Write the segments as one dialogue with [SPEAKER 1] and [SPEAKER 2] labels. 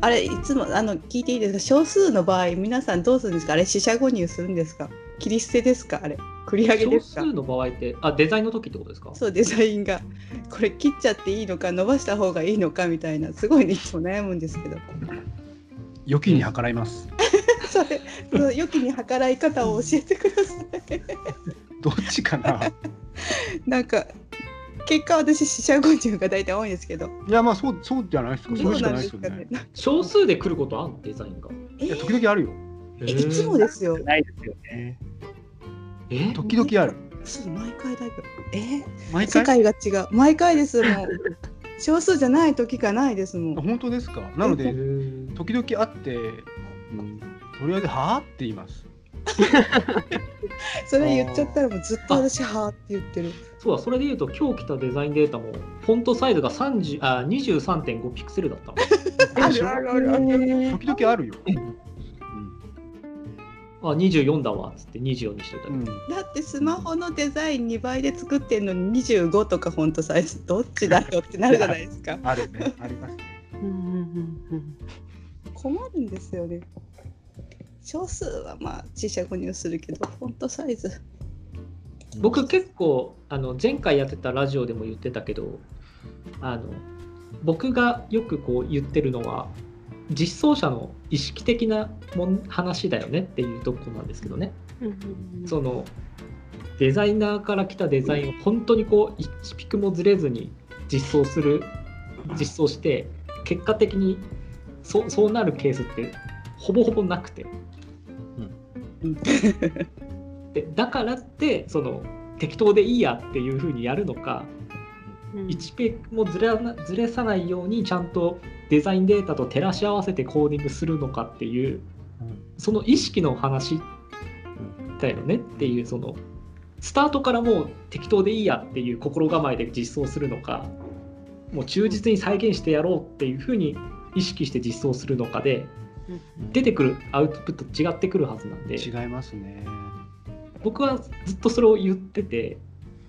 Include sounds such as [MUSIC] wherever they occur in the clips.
[SPEAKER 1] あれいつもあの聞いていいですか少数の場合皆さんどうするんですかあれ四捨五入するんですか切り捨てですかあれ繰り上げで
[SPEAKER 2] 少
[SPEAKER 1] すか
[SPEAKER 2] 数の場合って、あ、デザインの時ってことですか
[SPEAKER 1] そうデザインがこれ切っちゃっていいのか伸ばした方がいいのかみたいなすごいねいつも悩むんですけど
[SPEAKER 3] 預金に計らいます。
[SPEAKER 1] [LAUGHS] それその良きに計らい方を教えてください
[SPEAKER 3] どっちかな。
[SPEAKER 1] なんか結果私四捨五入が大体多いんですけど
[SPEAKER 3] [LAUGHS] いや、まあ、そう、そうじゃないですか。そ
[SPEAKER 1] ど
[SPEAKER 3] れ
[SPEAKER 1] う
[SPEAKER 3] し
[SPEAKER 1] な
[SPEAKER 3] か
[SPEAKER 1] ん
[SPEAKER 3] ない
[SPEAKER 1] で
[SPEAKER 3] ですすよ
[SPEAKER 1] か
[SPEAKER 3] ね
[SPEAKER 1] ね。
[SPEAKER 2] 少数で来ることあんのデザインが。
[SPEAKER 1] え
[SPEAKER 3] いや、時々あるよ。
[SPEAKER 1] えいつもですよ
[SPEAKER 4] ないですよね。
[SPEAKER 2] えー
[SPEAKER 3] 時々ある。
[SPEAKER 1] そう毎回だけどえ
[SPEAKER 3] 毎
[SPEAKER 1] 世界
[SPEAKER 3] 回。
[SPEAKER 1] が違う毎回ですもう少数じゃない時がないですもん
[SPEAKER 3] 本当ですか。なの
[SPEAKER 2] え
[SPEAKER 3] で、
[SPEAKER 2] ー
[SPEAKER 3] 時々あって、うんとりあえずはあって言います。
[SPEAKER 1] それ言っちゃったらもうずっと私はーって言ってる
[SPEAKER 2] そうだ、それで言うと、今日来たデザインデータも、フォントサイズが30あ23.5ピクセル
[SPEAKER 1] [LAUGHS]
[SPEAKER 2] だった
[SPEAKER 3] あるあるあるある
[SPEAKER 1] へー
[SPEAKER 3] 時々あるよ。
[SPEAKER 2] の。あ、24だわ、つって24にしといた
[SPEAKER 3] う
[SPEAKER 2] けど
[SPEAKER 3] ん。
[SPEAKER 1] だってスマホのデザイン2倍で作ってんのに25とかフォントサイズどっちだよってなるじゃないですか
[SPEAKER 3] あるね。ありますね。
[SPEAKER 1] 困るんですよね少数はまあ四捨五入するけどフォントサイズ
[SPEAKER 2] 僕結構あの前回やってたラジオでも言ってたけどあの僕がよくこう言ってるのは実装者の意識的なもん話だよねっていうとこなんですけどねそのデザイナーから来たデザインを本当にこう1ピクもずれずに実装する実装して結果的にそそうなるケースってほぼほぼなくてでだからってその適当でいいやっていう風にやるのか1ページもずれなずれさないようにちゃんとデザインデータと照らし合わせてコーディングするのかっていうその意識の話だよねっていうそのスタートからもう適当でいいやっていう心構えで実装するのかもう忠実に再現してやろうっていう風に意識して実装するのかで出てくるアウトプット違ってくるはずなんで
[SPEAKER 3] 違いますね。
[SPEAKER 2] 僕はずっとそれを言ってて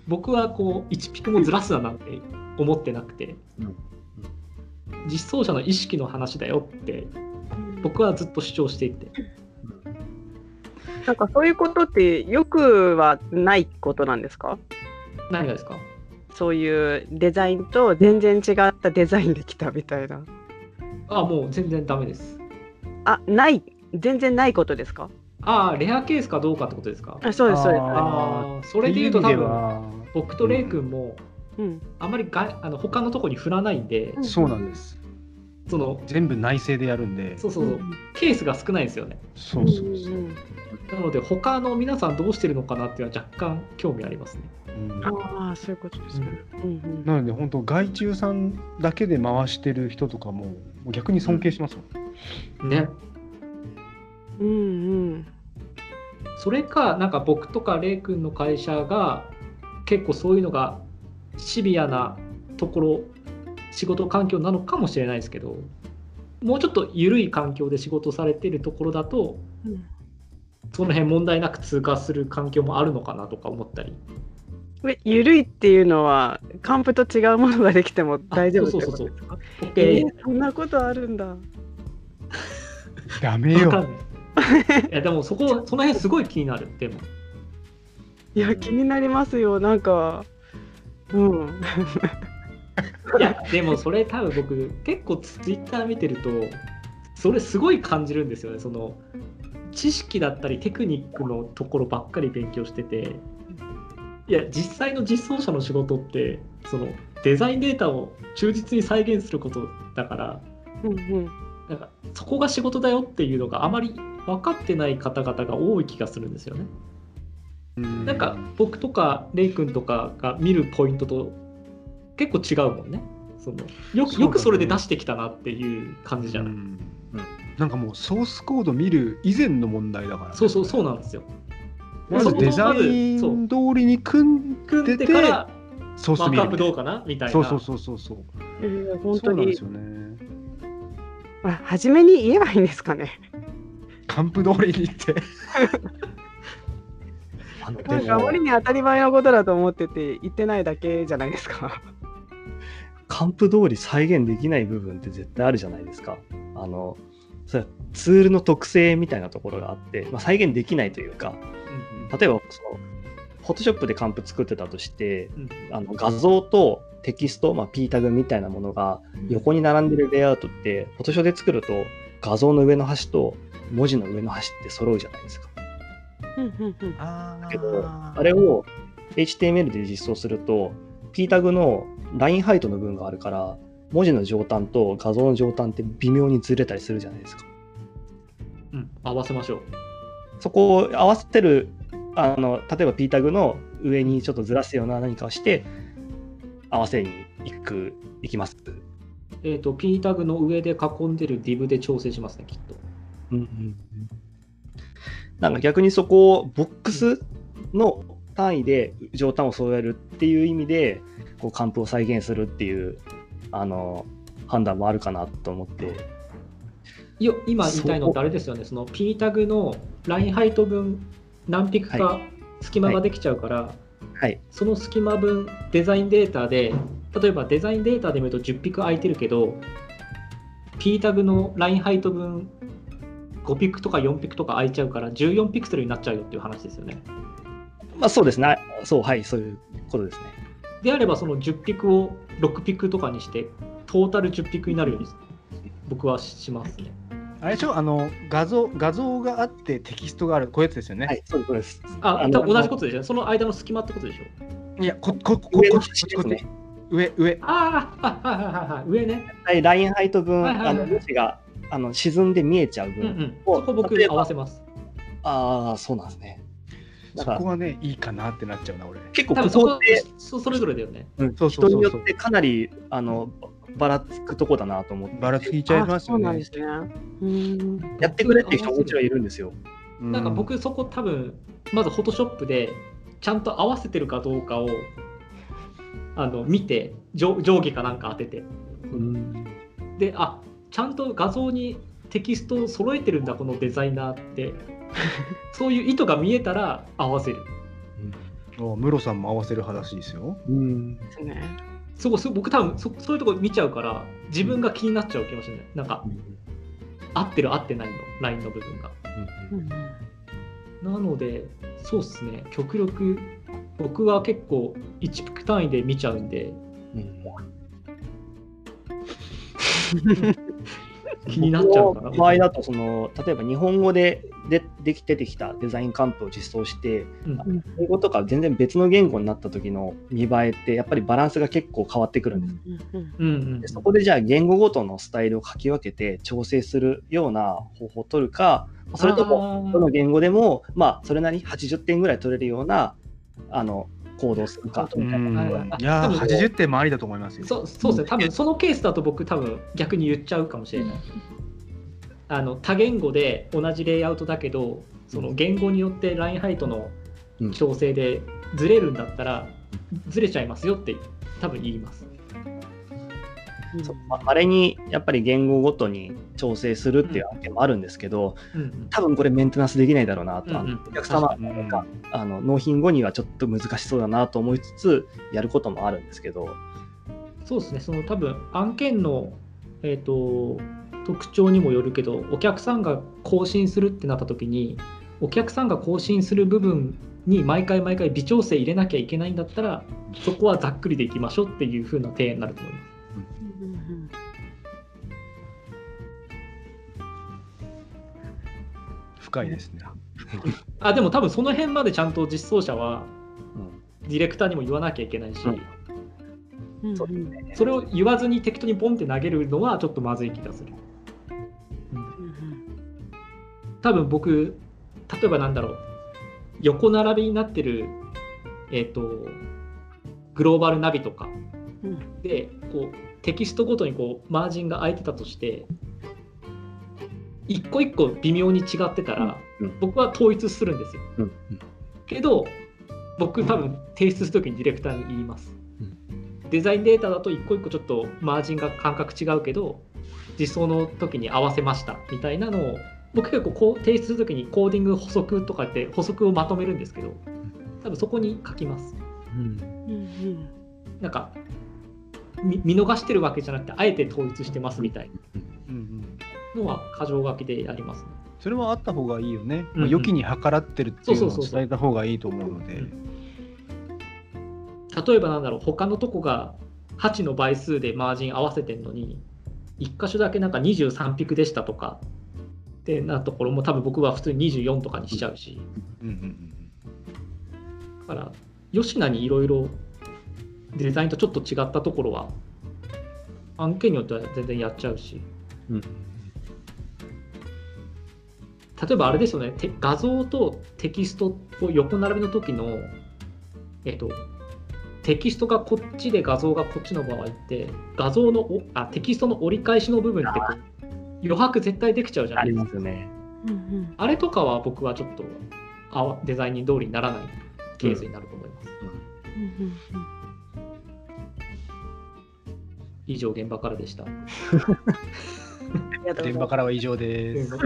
[SPEAKER 2] 僕はこう1ピクもずらすななんて思ってなくて、
[SPEAKER 3] うんうん
[SPEAKER 2] 実装者の意識の話だよって僕はずっと主張していて
[SPEAKER 4] なんかそういうことってよくはないことなんですか
[SPEAKER 2] 何がですか
[SPEAKER 4] そういうデザインと全然違ったデザインできたみたいな。
[SPEAKER 2] あもう全然ダメです
[SPEAKER 4] あない全然ないことですか
[SPEAKER 2] ああレアケースかどうかってことですか
[SPEAKER 4] あそうですそうです。
[SPEAKER 3] あ
[SPEAKER 2] ああそれで言うと多
[SPEAKER 3] い意味で
[SPEAKER 2] 分
[SPEAKER 3] は
[SPEAKER 2] 僕とレイ君も
[SPEAKER 4] うん、
[SPEAKER 2] あまりがあの他のとこに振らないんで、
[SPEAKER 4] うん
[SPEAKER 3] そうなんです。
[SPEAKER 2] その
[SPEAKER 3] 全部内製でやるんで。
[SPEAKER 2] そうそうそうケースが少ないんですよね
[SPEAKER 3] そうそうそう。
[SPEAKER 4] ん
[SPEAKER 2] なので他の皆さんどうしてるのかなっていうのは若干興味ありますね
[SPEAKER 3] うん
[SPEAKER 4] ああそういうことですね。うんうん
[SPEAKER 3] なので本当外注さんだけで回してる人とかももう逆に尊敬しますもん
[SPEAKER 2] ね
[SPEAKER 4] うんうん
[SPEAKER 2] それかなんか僕とかレイ君の会社が結構そういうのがシビアなところ仕事環境なのかもしれないですけどもうちょっと緩い環境で仕事されてるところだと
[SPEAKER 4] うん
[SPEAKER 2] その辺問題なく通過する環境もあるのかなとか思ったり
[SPEAKER 4] えゆるいっていうのはカンプと違うものができても大丈夫ってことですかえ
[SPEAKER 2] OK
[SPEAKER 4] ーそんなことあるんだ。
[SPEAKER 3] ダメ
[SPEAKER 2] わかん
[SPEAKER 3] よ。
[SPEAKER 2] ないいやでもそこその辺すごい気になるでも
[SPEAKER 4] いや気になりますよなんかうん
[SPEAKER 2] いやでもそれ多分僕結構ツイッター見てるとそれすごい感じるんですよねその知識だったりテクニックのところばっかり勉強してていや実際の実装者の仕事ってそのデザインデータを忠実に再現することだから
[SPEAKER 4] うんうん
[SPEAKER 2] なんかそこが仕事だよっていうのがあまり分かってない方々が多い気がするんですよね。
[SPEAKER 3] な
[SPEAKER 2] なんか僕とかレイ君とかが見るポイントと結構違うもんね。そのよ
[SPEAKER 3] そうだ
[SPEAKER 2] く
[SPEAKER 3] ね
[SPEAKER 2] よくそれで出してきたなっていう感じじゃない。
[SPEAKER 3] うんなんかもうソースコード見る以前の問題だから、
[SPEAKER 2] そうそうそうなんですよ。
[SPEAKER 3] まずデザイ
[SPEAKER 2] そう
[SPEAKER 3] ン通りに組ん
[SPEAKER 2] 組ん
[SPEAKER 3] で
[SPEAKER 2] で
[SPEAKER 3] て
[SPEAKER 2] から
[SPEAKER 3] ソー
[SPEAKER 2] マッ
[SPEAKER 3] ス見
[SPEAKER 2] ク
[SPEAKER 3] る
[SPEAKER 2] アップどうかなみたいな。
[SPEAKER 3] そうそうそうそうそう
[SPEAKER 4] えー本
[SPEAKER 3] そ
[SPEAKER 4] 当
[SPEAKER 3] うなんで
[SPEAKER 4] に
[SPEAKER 3] すよね
[SPEAKER 4] あ初めに言えばいいんですかね
[SPEAKER 3] カンプ通りに行ってあの
[SPEAKER 4] なん
[SPEAKER 3] で
[SPEAKER 4] かあまり
[SPEAKER 3] も
[SPEAKER 4] に当たり前のことだと思ってて言ってないだけじゃないですか
[SPEAKER 5] カンプ通り再現できない部分って絶対あるじゃないですか。あのそうツールの特性みたいなところがあって、まあ、再現できないというか例えばその Photoshop でカンプ作ってたとして
[SPEAKER 2] うん
[SPEAKER 5] あの画像とテキスト、まあ、P タグみたいなものが横に並んでるレイアウトって、フォトショーで作ると画像の上の端と文字の上の端って揃うじゃないですか。
[SPEAKER 4] うんうんうん
[SPEAKER 3] あ
[SPEAKER 5] けどあれを HTML で実装すると、P タグのラインハイトの分があるから、文字の上端と画像の上端って微妙にずれたりするじゃないですか。
[SPEAKER 2] うん合わせましょう
[SPEAKER 5] そこを合わせてる、あの例えば P タグの上にちょっとずらすような何かをして、合わせに行く、行きます。
[SPEAKER 2] えっ、と P タグの上で囲んでる div で調整しますねきっと
[SPEAKER 5] なんか逆にそこをボックスの単位で上端を揃えるっていう意味でこう完封を再現するっていうあの判断もあるかなと思って
[SPEAKER 2] いや今言いたいのってあれですよねその P タグのラインハイト分何ピクか
[SPEAKER 5] は
[SPEAKER 2] 隙間ができちゃうから、
[SPEAKER 5] はい
[SPEAKER 2] その隙間分デザインデータで例えばデザインデータで見ると10ピク空いてるけど P タグのラインハイト分5ピクとか4ピクとか空いちゃうから14ピクセルになっちゃうよっていう話ですよね。
[SPEAKER 5] まあそうですねそうはいそういうことですね
[SPEAKER 2] であればその10ピクを6ピクとかにしてトータル10ピクになるように僕はしますね。
[SPEAKER 3] れでしょあの画像画像があってテキストがあるこういうやつですよね、
[SPEAKER 5] はいそういうことです
[SPEAKER 2] あ
[SPEAKER 5] あの
[SPEAKER 2] 同じことでしょその間の隙間ってことでしょ
[SPEAKER 3] い、やここここ
[SPEAKER 5] 上
[SPEAKER 3] こ
[SPEAKER 5] の
[SPEAKER 3] っ
[SPEAKER 5] 端
[SPEAKER 3] ち
[SPEAKER 5] で
[SPEAKER 3] こっ
[SPEAKER 5] す
[SPEAKER 3] ち
[SPEAKER 5] ね
[SPEAKER 3] 上上
[SPEAKER 2] ああはいはいはいはい上ね。
[SPEAKER 5] はいラインハイト分
[SPEAKER 2] はいはいはい
[SPEAKER 5] あの文字があの沈んで見えちゃう
[SPEAKER 2] うんう
[SPEAKER 5] 分、
[SPEAKER 2] ん。
[SPEAKER 5] お
[SPEAKER 2] そこ僕
[SPEAKER 5] 例えば
[SPEAKER 2] 合わせます。
[SPEAKER 5] ああそうなんですねだ
[SPEAKER 3] そ
[SPEAKER 5] から
[SPEAKER 3] こはねいいかなってなっちゃうな俺
[SPEAKER 5] 結構
[SPEAKER 2] 多
[SPEAKER 5] こ
[SPEAKER 2] 分そ
[SPEAKER 5] こ
[SPEAKER 2] こ
[SPEAKER 5] って
[SPEAKER 2] そそれぞれだよね。
[SPEAKER 5] うん
[SPEAKER 3] そうそ
[SPEAKER 5] 人
[SPEAKER 3] うそ
[SPEAKER 5] に
[SPEAKER 3] う
[SPEAKER 5] よ
[SPEAKER 3] そう
[SPEAKER 5] ってかなりあのばらつくとこだなと思って
[SPEAKER 3] ばらついちゃいますよ
[SPEAKER 4] あそうなんで
[SPEAKER 3] ね
[SPEAKER 4] すね。うん。
[SPEAKER 5] やってくれっていう人ももちろんいるんですよ。
[SPEAKER 2] なんか
[SPEAKER 3] う
[SPEAKER 2] 僕そこ多分まずフォトショップでちゃんと合わせてるかどうかをあの見て上上下かなんか当ててであちゃんと画像にテキストを揃えてるんだこのデザイナーってそういう意図が見えたら合わせる
[SPEAKER 3] おムロさんも合わせる派らしいですよ
[SPEAKER 5] うん
[SPEAKER 4] ですね。
[SPEAKER 2] そこそこ僕多分そそういうとこ見ちゃうから自分が気になっちゃうかもしれないなんか合ってる合ってないのラインの部分が
[SPEAKER 4] うん
[SPEAKER 2] なのでそうっすね極力僕は結構1ピク単位で見ちゃうんで気になっちゃうかな
[SPEAKER 5] 僕の場合だとその例えば日本語でででき出てきたデザインカンプを実装して
[SPEAKER 2] うん
[SPEAKER 5] 英語とか全然別の言語になった時の見栄えってやっぱりバランスが結構変わってくるんです。
[SPEAKER 2] う
[SPEAKER 4] うん
[SPEAKER 2] んうん
[SPEAKER 5] でそこでじゃあ言語ごとのスタイルを書き分けて調整するような方法を取るかそれとも
[SPEAKER 2] も
[SPEAKER 5] どの言語でも、まあ、それなりに80点ぐらい取れるようなあの行動をするか
[SPEAKER 3] う
[SPEAKER 5] みたいな。
[SPEAKER 3] んいや
[SPEAKER 2] 多
[SPEAKER 3] ー
[SPEAKER 2] 分
[SPEAKER 3] 80点もありだと思いますよ
[SPEAKER 2] そうそうですね多分そのケースだと僕多分逆に言っちゃうかもしれない、あの多言語で同じレイアウトだけどその言語によってラインハイトの
[SPEAKER 5] うん
[SPEAKER 2] 調整でずれるんだったら、ずれちゃいますよって多分言います
[SPEAKER 4] うん
[SPEAKER 5] そうまあまれにやっぱり言語ごとに調整するっていう案件もあるんですけど、
[SPEAKER 2] うんうん
[SPEAKER 5] 多分これメンテナンスできないだろうなと、
[SPEAKER 2] うんうん
[SPEAKER 5] お客様なんかあの納品後にはちょっと難しそうだなと思いつつやることもあるんですけど、
[SPEAKER 2] そうですねその多分案件の、えー、と特徴にもよるけどお客さんが更新するってなった時にお客さんが更新する部分に毎回毎回微調整入れなきゃいけないんだったらそこはざっくりでいきましょうっていう風な提案になると思います。
[SPEAKER 4] うん
[SPEAKER 3] 深いですね
[SPEAKER 2] あでも多分その辺までちゃんと実装者はディレクターにも言わなきゃいけないし、
[SPEAKER 5] うん
[SPEAKER 4] うん
[SPEAKER 5] そう
[SPEAKER 4] うん
[SPEAKER 2] それを言わずに適当にポンって投げるのはちょっとまずい気がする。
[SPEAKER 4] うん
[SPEAKER 2] 多分僕例えばなんだろう横並びになってるえっ、とグローバルナビとか
[SPEAKER 4] うん
[SPEAKER 2] でこうテキストごとにこうマージンが空いてたとして一個一個微妙に違ってたら、
[SPEAKER 5] うんうん
[SPEAKER 2] 僕は統一するんですよ
[SPEAKER 5] うん
[SPEAKER 2] けど僕多分提出するときにディレクターに言います、
[SPEAKER 5] う
[SPEAKER 2] デザインデータだと一個一個ちょっとマージンが感覚違うけど実装の時に合わせましたみたいなのを僕結構こう提出するときにコーディング補足とかって補足をまとめるんですけど多分そこに書きます
[SPEAKER 4] うん
[SPEAKER 2] なんかみ見逃してるわけじゃなくてあえて統一してますみたいな
[SPEAKER 3] うん
[SPEAKER 2] のは箇条書きでやりますね。
[SPEAKER 3] それはあった方がいいよね。
[SPEAKER 2] うんう
[SPEAKER 3] まあ
[SPEAKER 2] ん
[SPEAKER 3] 良きに計らってるっていう
[SPEAKER 2] そうそう
[SPEAKER 3] のを
[SPEAKER 2] そうそう
[SPEAKER 3] 伝えた方がいいと思うので。
[SPEAKER 2] 例えばなんだろう他のとこが8の倍数でマージン合わせてんのに1箇所だけなんか23ピクでしたとかってなところも多分僕は普通に24とかにしちゃうし
[SPEAKER 3] うんうん
[SPEAKER 2] だから吉名にいろいろデザインとちょっと違ったところは案件によっては全然やっちゃうし
[SPEAKER 5] うん
[SPEAKER 2] 例えばあれですよねて画像とテキストを横並びの時のえっとテキストがこっちで画像がこっちの場合って画像のおあテキストの折り返しの部分ってこう余白絶対できちゃうじゃ
[SPEAKER 5] あ
[SPEAKER 2] ない
[SPEAKER 5] り
[SPEAKER 2] ですか
[SPEAKER 5] ますよね。
[SPEAKER 4] うん
[SPEAKER 2] あれとかは僕はちょっとあわデザイン通りにならないケースになると思います、
[SPEAKER 4] うん
[SPEAKER 2] 以上現場からでした
[SPEAKER 4] ありが
[SPEAKER 3] う
[SPEAKER 4] と
[SPEAKER 3] ん。
[SPEAKER 4] うござい
[SPEAKER 3] 現
[SPEAKER 4] ま
[SPEAKER 3] 場
[SPEAKER 4] す
[SPEAKER 3] からは以上です。
[SPEAKER 2] [LAUGHS]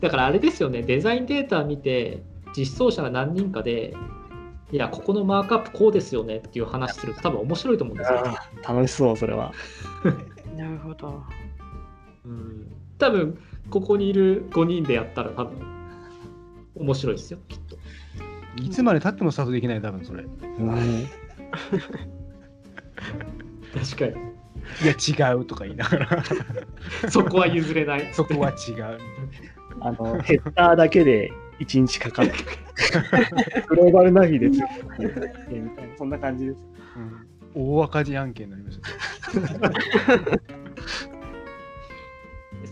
[SPEAKER 2] だからあれですよねデザインデータ見て実装者が何人かでいやここのマークアップこうですよねっていう話すると多分面白いと思うんですよ、
[SPEAKER 5] あー楽しそう、それは。
[SPEAKER 4] なるほど。
[SPEAKER 2] うん、多分ここにいる5人でやったら多分面白いですよきっと
[SPEAKER 3] いつまで経ってもスタートできない、多分それ。い
[SPEAKER 5] うん
[SPEAKER 2] 確か
[SPEAKER 3] や、違うとか言いながら、
[SPEAKER 2] にそこは譲れない
[SPEAKER 3] そこは違う。
[SPEAKER 5] あの、ヘッダーだけで1日かかる。 [LAUGHS] グローバルナビで作ってみたいな、そんな感じです。
[SPEAKER 3] うん、大赤字案件になりました。
[SPEAKER 2] で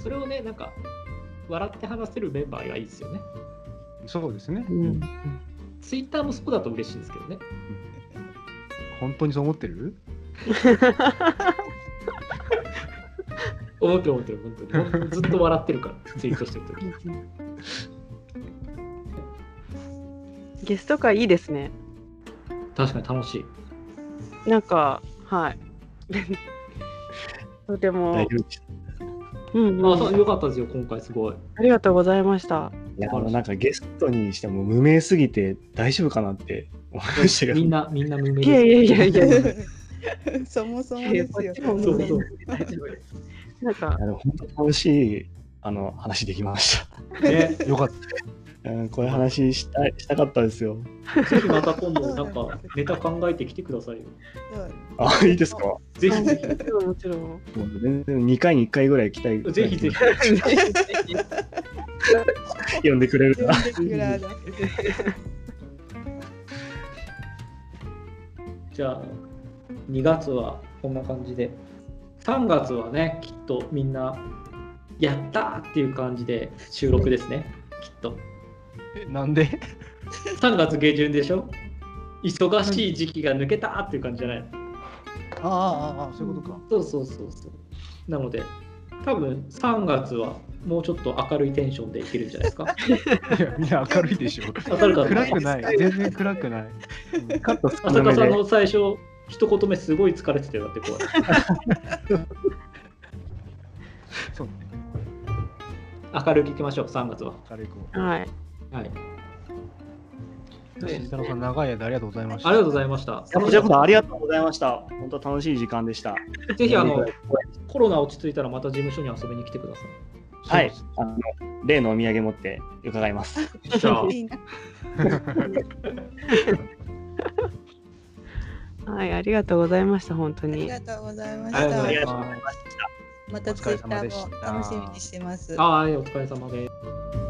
[SPEAKER 2] それをねなんか笑って話せるメンバーがいいですよね
[SPEAKER 3] そうですね。
[SPEAKER 4] うん
[SPEAKER 2] ツイッターもそうだと嬉しいですけどね
[SPEAKER 3] 本当にそう思ってる
[SPEAKER 2] 思ってる思ってる本当に本当にずっと笑ってるからツイートしてる時
[SPEAKER 4] ゲスト会いいですね。
[SPEAKER 2] 確かに楽しい
[SPEAKER 4] なんか、はい。とても
[SPEAKER 5] 大、丈夫でした。
[SPEAKER 4] うんうん
[SPEAKER 2] あそうよかったですよ今回すごい
[SPEAKER 4] ありがとうございました。
[SPEAKER 5] いや、あのなんかゲストにしても無名すぎて大丈夫かなって思いましたけど
[SPEAKER 2] みん、なみんな無名
[SPEAKER 4] いやいやいやいや、
[SPEAKER 1] そもそもですよ。
[SPEAKER 4] こっち
[SPEAKER 2] そ
[SPEAKER 4] も
[SPEAKER 2] うそう
[SPEAKER 4] [LAUGHS] なん
[SPEAKER 5] [LAUGHS]
[SPEAKER 4] か、
[SPEAKER 5] あの本当に楽しいあの話できまし
[SPEAKER 2] ね
[SPEAKER 3] よかった。
[SPEAKER 5] た。うん、こういう話したいしたかったですよ。
[SPEAKER 2] ぜひまた今度なんかネタ考えてきてくださいよ
[SPEAKER 5] あ、いいですか。
[SPEAKER 2] ぜ
[SPEAKER 4] あ
[SPEAKER 2] ひ
[SPEAKER 4] も
[SPEAKER 2] ぜ
[SPEAKER 4] ちろんもちろん。
[SPEAKER 5] もう全然2回に1回ぐらい来たい。
[SPEAKER 2] ひぜひぜ
[SPEAKER 4] [LAUGHS]
[SPEAKER 2] ひ。
[SPEAKER 5] 呼んでくれるなら。
[SPEAKER 1] 全然暗い
[SPEAKER 2] じゃあ2月はこんな感じで3月はねきっとみんなやったーっていう感じで収録ですねきっと
[SPEAKER 3] えなんで
[SPEAKER 2] 3月下旬でしょ忙しい時期が抜けたーっていう感じじゃないの
[SPEAKER 3] ああああ、そういうことか。
[SPEAKER 2] そうそうそうそうなので多分3月はもうちょっと明るいテンションでいけるんじゃないですか
[SPEAKER 3] いや、みんな明るいで
[SPEAKER 2] [LAUGHS]
[SPEAKER 3] しょ。
[SPEAKER 2] 明るかった
[SPEAKER 3] 暗
[SPEAKER 2] [LAUGHS]
[SPEAKER 3] くない。全然暗くない。
[SPEAKER 5] カット少
[SPEAKER 2] 浅
[SPEAKER 5] なめ
[SPEAKER 2] 香さん
[SPEAKER 5] で。
[SPEAKER 2] の最初一言目すごい疲れてたよだってこう
[SPEAKER 3] そうね。
[SPEAKER 2] 明るくいきましょう3月は
[SPEAKER 3] 明るい子。
[SPEAKER 4] はい。
[SPEAKER 2] はい
[SPEAKER 3] 慎太郎さん、長い間ありがとうございました。
[SPEAKER 2] ありがとうございました
[SPEAKER 5] こちらこそありがとうございました。本当楽しい時間でした。
[SPEAKER 2] ぜひあのコロナ落ち着いたらまた事務所に遊びに来てくださ
[SPEAKER 5] はい
[SPEAKER 3] そうです。
[SPEAKER 5] あの例のお土産持って伺います。
[SPEAKER 2] いじゃあ
[SPEAKER 1] いいな
[SPEAKER 4] はい、ありがとうございました、本当
[SPEAKER 1] あり
[SPEAKER 4] に。
[SPEAKER 1] がとうございまし
[SPEAKER 2] ありがとうござい
[SPEAKER 1] た
[SPEAKER 2] ま。
[SPEAKER 5] ありがとうございました。
[SPEAKER 1] また
[SPEAKER 3] お
[SPEAKER 1] ツ
[SPEAKER 3] 疲
[SPEAKER 1] イ
[SPEAKER 3] れ
[SPEAKER 1] ッタ
[SPEAKER 3] 様でし
[SPEAKER 1] ー
[SPEAKER 3] た
[SPEAKER 1] も楽しみにしてます。
[SPEAKER 2] はいお疲れ様です